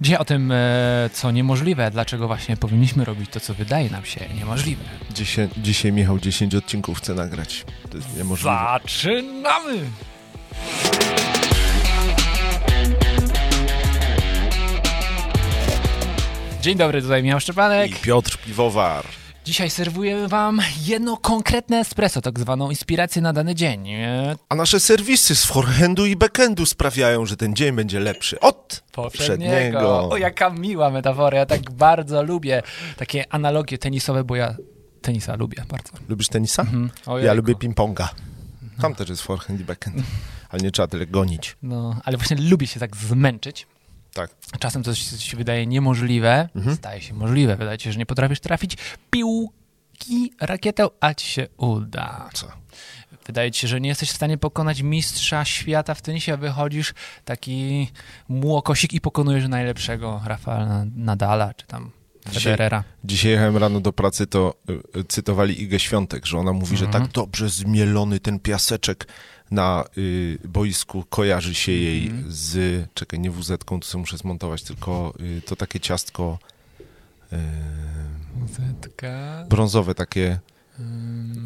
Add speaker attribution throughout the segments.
Speaker 1: Dzisiaj o tym, e, co niemożliwe, dlaczego właśnie powinniśmy robić to, co wydaje nam się niemożliwe.
Speaker 2: Dzisiaj, dzisiaj Michał 10 odcinków chce nagrać. To jest niemożliwe.
Speaker 1: Zaczynamy! Dzień dobry, tutaj Michał Szczepanek.
Speaker 2: I Piotr Piwowar.
Speaker 1: Dzisiaj serwujemy Wam jedno konkretne espresso, tak zwaną inspirację na dany dzień. E,
Speaker 2: A nasze serwisy z forehandu i backendu sprawiają, że ten dzień będzie lepszy od poprzedniego.
Speaker 1: O, jaka miła metafora, ja tak bardzo lubię takie analogie tenisowe, bo ja tenisa lubię bardzo.
Speaker 2: Lubisz tenisa?
Speaker 1: Ojejku.
Speaker 2: Ja lubię ping-ponga. Tam też jest forehand i backhand. Ale nie trzeba tyle gonić.
Speaker 1: No, ale właśnie lubię się tak zmęczyć.
Speaker 2: Tak.
Speaker 1: Czasem coś, co ci się wydaje niemożliwe,
Speaker 2: Mhm.
Speaker 1: staje się możliwe. Wydaje ci się, że nie potrafisz trafić piłki rakietę, a ci się uda.
Speaker 2: Co?
Speaker 1: Wydaje ci się, że nie jesteś w stanie pokonać mistrza świata w tenisie, a wychodzisz taki młokosik i pokonujesz najlepszego Rafaela Nadala, czy tam
Speaker 2: Dzisiaj-
Speaker 1: Federera.
Speaker 2: Dzisiaj jechałem rano do pracy, to y, y, cytowali Igę Świątek, że ona mówi, że
Speaker 1: Mhm.
Speaker 2: tak dobrze zmielony ten piaseczek na y, boisku kojarzy się
Speaker 1: Mhm.
Speaker 2: jej z, czekaj, nie wz to sobie muszę zmontować, tylko y, to takie ciastko y,
Speaker 1: Muzytka.
Speaker 2: brązowe, takie,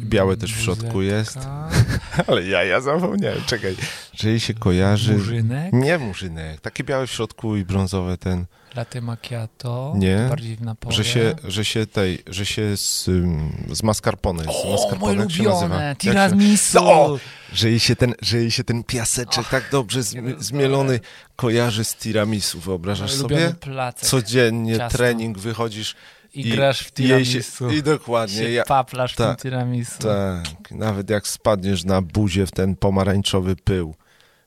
Speaker 2: białe też w środku jest. ale ja, ja zapomniałem, czekaj, że jej się kojarzy...
Speaker 1: Murzynek,
Speaker 2: Nie murzynek, takie białe w środku i brązowe ten...
Speaker 1: latte macchiato,
Speaker 2: Nie,
Speaker 1: bardziej w napoje.
Speaker 2: Że się, że się tej, że się z, ym, z mascarpone, z
Speaker 1: O,
Speaker 2: mascarpone,
Speaker 1: moje
Speaker 2: jak się nazywa?
Speaker 1: ulubione,
Speaker 2: Jak się-
Speaker 1: tiramisu.
Speaker 2: No, że jej się ten, że jej się ten piaseczek tak dobrze zm, zmielony kojarzy z tiramisu, wyobrażasz
Speaker 1: Ulubiony
Speaker 2: sobie?
Speaker 1: placek.
Speaker 2: Codziennie
Speaker 1: Ciasto.
Speaker 2: trening, wychodzisz
Speaker 1: I grasz w
Speaker 2: i jej
Speaker 1: tiramisu.
Speaker 2: Się, I dokładnie.
Speaker 1: się
Speaker 2: Ja,
Speaker 1: paplasz w
Speaker 2: tak,
Speaker 1: tym tiramisu.
Speaker 2: tak, nawet jak spadniesz na buzie w ten pomarańczowy pył,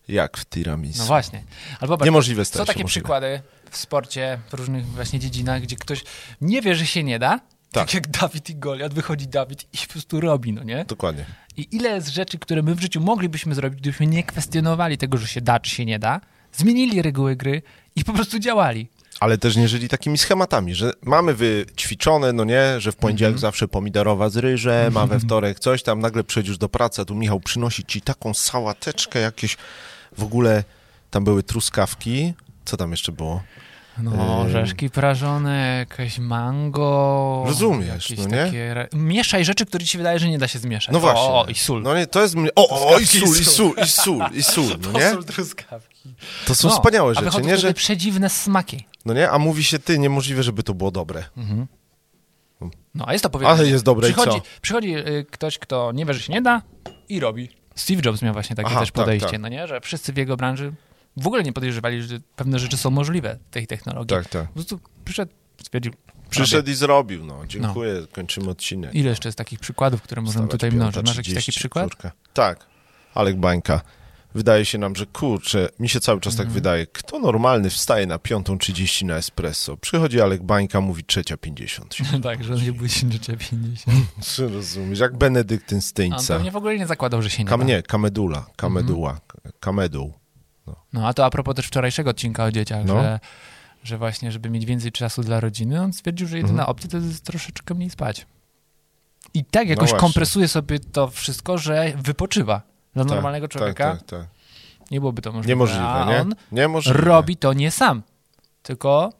Speaker 2: jak w tiramisu.
Speaker 1: No właśnie. Albo patrz,
Speaker 2: Niemożliwe
Speaker 1: są
Speaker 2: staje tak się
Speaker 1: takie
Speaker 2: możliwe.
Speaker 1: przykłady w sporcie, w różnych właśnie dziedzinach, gdzie ktoś nie wie, że się nie da, tak,
Speaker 2: Tak.
Speaker 1: jak Dawid i Goliat, wychodzi Dawid i po prostu robi, no nie?
Speaker 2: Dokładnie.
Speaker 1: I ile jest rzeczy, które my w życiu moglibyśmy zrobić, gdybyśmy nie kwestionowali tego, że się da, czy się nie da, zmienili reguły gry i po prostu działali.
Speaker 2: Ale też nie żyli takimi schematami, że mamy wyćwiczone, no nie, że w poniedziałek
Speaker 1: Mhm.
Speaker 2: zawsze pomidorowa z ryżem, a we wtorek coś tam, nagle przejdziesz do pracy, a tu Michał przynosi ci taką sałateczkę, jakieś w ogóle, tam były truskawki, co tam jeszcze było?
Speaker 1: No,
Speaker 2: Ym.
Speaker 1: orzeszki prażone, jakieś mango.
Speaker 2: Rozumiesz,
Speaker 1: jakieś
Speaker 2: no nie?
Speaker 1: Takie... re- Mieszaj rzeczy, które ci się wydaje, że nie da się zmieszać.
Speaker 2: No właśnie.
Speaker 1: O, o i sól.
Speaker 2: No nie, to jest... mnie- O, o, o i
Speaker 1: Truskawki
Speaker 2: sól,
Speaker 1: i
Speaker 2: i sól, i sól, i sól, no nie?
Speaker 1: Posól truskawki.
Speaker 2: To są
Speaker 1: No,
Speaker 2: wspaniałe
Speaker 1: a
Speaker 2: rzeczy,
Speaker 1: wychodzą
Speaker 2: nie? Że,
Speaker 1: wtedy przedziwne smaki.
Speaker 2: no nie, a mówi się, ty, niemożliwe, żeby to było dobre.
Speaker 1: Mhm. No, a jest to powiedzenie.
Speaker 2: Ale jest dobre i
Speaker 1: przychodzi,
Speaker 2: co?
Speaker 1: Przychodzi y, ktoś, kto nie wie, że się nie da i robi. Steve Jobs miał właśnie takie
Speaker 2: Aha,
Speaker 1: też
Speaker 2: tak,
Speaker 1: podejście,
Speaker 2: tak.
Speaker 1: no nie? Że wszyscy w jego branży w ogóle nie podejrzewali, że pewne rzeczy są możliwe tej technologii.
Speaker 2: Tak, tak.
Speaker 1: Po prostu przyszedł, stwierdził.
Speaker 2: Przyszedł i zrobił, no, dziękuję, kończymy odcinek.
Speaker 1: robię. Ile jeszcze jest takich przykładów, które możemy
Speaker 2: Stawać
Speaker 1: No tutaj
Speaker 2: piąta,
Speaker 1: mnożyć? Masz jakiś taki
Speaker 2: 30,
Speaker 1: przykład?
Speaker 2: córka. Tak, Alek Bańka. Wydaje się nam, że kurczę, mi się cały czas
Speaker 1: Mhm.
Speaker 2: tak wydaje, kto normalny wstaje na 5.30 na espresso? Przychodzi Alek Bańka, mówi 3.50.
Speaker 1: tak, że nie byłeś życia 50.
Speaker 2: Czy rozumiesz? Jak Benedyktyn
Speaker 1: On
Speaker 2: Styńca.
Speaker 1: pewnie w ogóle nie zakładał, że się nie
Speaker 2: Kam
Speaker 1: da.
Speaker 2: nie, kamedula, Tak, kameduła,
Speaker 1: Mhm.
Speaker 2: kameduł.
Speaker 1: No a to a propos też wczorajszego odcinka o dzieciach,
Speaker 2: No.
Speaker 1: że, że właśnie, żeby mieć więcej czasu dla rodziny, on stwierdził, że
Speaker 2: Mhm.
Speaker 1: jedyna opcja to jest troszeczkę mniej spać. I tak jakoś
Speaker 2: No właśnie.
Speaker 1: kompresuje sobie to wszystko, że wypoczywa. Dla
Speaker 2: Tak,
Speaker 1: normalnego człowieka
Speaker 2: Tak, tak, tak.
Speaker 1: nie byłoby to możliwe.
Speaker 2: Niemożliwe,
Speaker 1: a
Speaker 2: nie?
Speaker 1: on
Speaker 2: Niemożliwe.
Speaker 1: robi to nie sam, tylko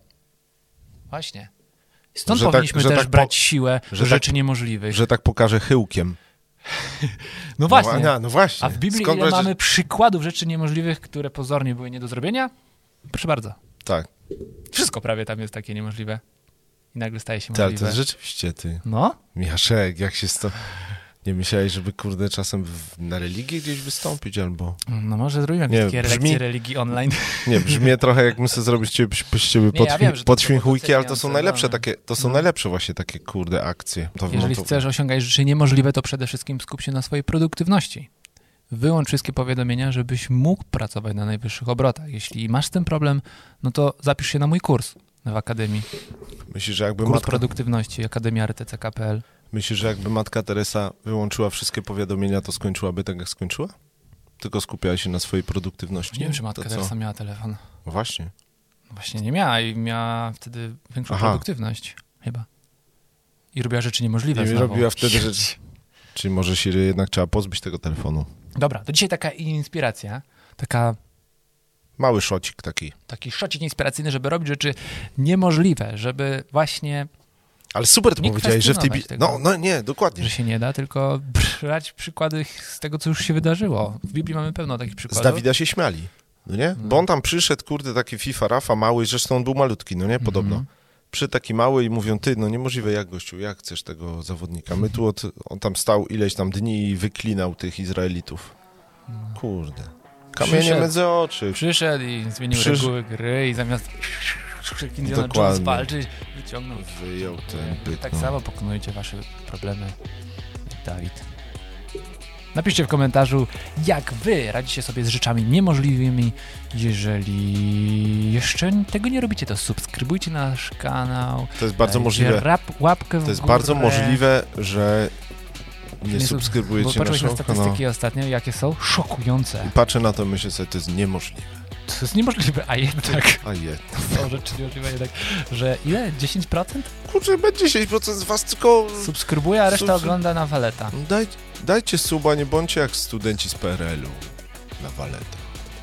Speaker 1: właśnie. Stąd
Speaker 2: Że tak-
Speaker 1: powinniśmy
Speaker 2: że
Speaker 1: też
Speaker 2: tak po-
Speaker 1: brać siłę
Speaker 2: że
Speaker 1: rzeczy niemożliwych.
Speaker 2: Że tak pokaże chyłkiem.
Speaker 1: no właśnie.
Speaker 2: No, no właśnie.
Speaker 1: A w Biblii
Speaker 2: Skąd
Speaker 1: ile
Speaker 2: wiesz, że-
Speaker 1: mamy przykładów rzeczy niemożliwych, które pozornie były nie do zrobienia? Proszę bardzo.
Speaker 2: Tak,
Speaker 1: Wszystko prawie tam jest takie niemożliwe. I nagle staje się
Speaker 2: tak, to
Speaker 1: możliwe.
Speaker 2: jest rzeczywiście ty.
Speaker 1: No,
Speaker 2: Miaszek, jak się sto... Nie myślałeś, żeby kurde czasem w, na religię gdzieś wystąpić albo...
Speaker 1: no może zrobimy
Speaker 2: Nie,
Speaker 1: jakieś takie
Speaker 2: brzmi-
Speaker 1: lekcje religii online.
Speaker 2: Nie, brzmi trochę jak muszę zrobić z ciebie, z ciebie
Speaker 1: Nie, ja
Speaker 2: podświ-
Speaker 1: wiem, że to
Speaker 2: podśmiechujki, ale to są
Speaker 1: doceniające,
Speaker 2: najlepsze
Speaker 1: no.
Speaker 2: takie, to są najlepsze właśnie takie kurde akcje. To
Speaker 1: Jeżeli
Speaker 2: to-
Speaker 1: chcesz osiągać rzeczy niemożliwe, to przede wszystkim skup się na swojej produktywności. Wyłącz wszystkie powiadomienia, żebyś mógł pracować na najwyższych obrotach. Jeśli masz z tym problem, no to zapisz się na mój kurs w Akademii.
Speaker 2: Myślisz, że jakby
Speaker 1: Kurs
Speaker 2: matka,
Speaker 1: produktywności, Akademia RTCK.pl.
Speaker 2: myślisz, że jakby matka Teresa wyłączyła wszystkie powiadomienia, to skończyłaby tak, jak skończyła? Tylko skupiała się na swojej produktywności?
Speaker 1: Nie wiem, czy matka
Speaker 2: To co?
Speaker 1: Teresa miała telefon.
Speaker 2: No Właśnie.
Speaker 1: Właśnie nie miała i miała wtedy większą
Speaker 2: Aha.
Speaker 1: produktywność chyba. I robiła rzeczy niemożliwe
Speaker 2: I
Speaker 1: znowu.
Speaker 2: robiła wtedy rzeczy... Czyli może się jednak trzeba pozbyć tego telefonu.
Speaker 1: Dobra, to dzisiaj taka inspiracja, taka
Speaker 2: Mały szocik taki.
Speaker 1: Taki szocik inspiracyjny, żeby robić rzeczy niemożliwe, żeby właśnie,
Speaker 2: Ale super to
Speaker 1: Nie
Speaker 2: powiedziałeś, że w tej... Bi-
Speaker 1: kwestionować
Speaker 2: no,
Speaker 1: tego.
Speaker 2: no nie, dokładnie.
Speaker 1: że się nie da, tylko brać przykłady z tego, co już się wydarzyło. W Biblii mamy pełno takich
Speaker 2: Z
Speaker 1: przykładów.
Speaker 2: Dawida się śmiali, no nie? Bo on tam przyszedł, kurde, taki FIFA Rafa mały, zresztą on był malutki, no nie?
Speaker 1: Mhm.
Speaker 2: Podobno. Przy taki mały i mówią, ty, no niemożliwe, jak gościu, jak chcesz tego zawodnika? My tu, od, on tam stał ileś tam dni i wyklinał tych Izraelitów.
Speaker 1: No.
Speaker 2: Kurde. Kamienie
Speaker 1: Przyszedł.
Speaker 2: między oczy.
Speaker 1: Przyszedł i zmienił
Speaker 2: Przysz-
Speaker 1: reguły gry i zamiast Indiana Jones
Speaker 2: Dokładnie.
Speaker 1: walczyć, wyciągnął.
Speaker 2: Wyjął ten byt,
Speaker 1: Tak
Speaker 2: no.
Speaker 1: samo pokonujcie wasze problemy, Dawid. Napiszcie w komentarzu, jak wy radzicie sobie z rzeczami niemożliwymi. Jeżeli jeszcze tego nie robicie, to subskrybujcie nasz kanał.
Speaker 2: To jest bardzo
Speaker 1: dajcie
Speaker 2: możliwe.
Speaker 1: Rap, łapkę w
Speaker 2: To jest
Speaker 1: górę.
Speaker 2: bardzo możliwe, że
Speaker 1: Nie
Speaker 2: nie
Speaker 1: sub- Bo
Speaker 2: subskrybujecie
Speaker 1: patrzyłeś na
Speaker 2: naszego kanału.
Speaker 1: statystyki ostatnio, jakie są? Szokujące.
Speaker 2: Patrzę na to, myślę sobie, to jest niemożliwe.
Speaker 1: To jest niemożliwe, a jednak
Speaker 2: A je.
Speaker 1: są rzeczy niemożliwe, jednak, że ile? 10%?
Speaker 2: Kurczę, będzie 10% z was tylko...
Speaker 1: Subskrybuje, a reszta
Speaker 2: Subs-
Speaker 1: ogląda na waleta.
Speaker 2: Daj, dajcie suba, nie bądźcie jak studenci z PRL-u na waletę.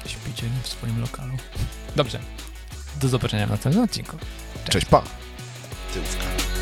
Speaker 1: Śpicie w swoim lokalu. Dobrze. Do zobaczenia w następnym odcinku.
Speaker 2: Cześć, pa! Tyłka.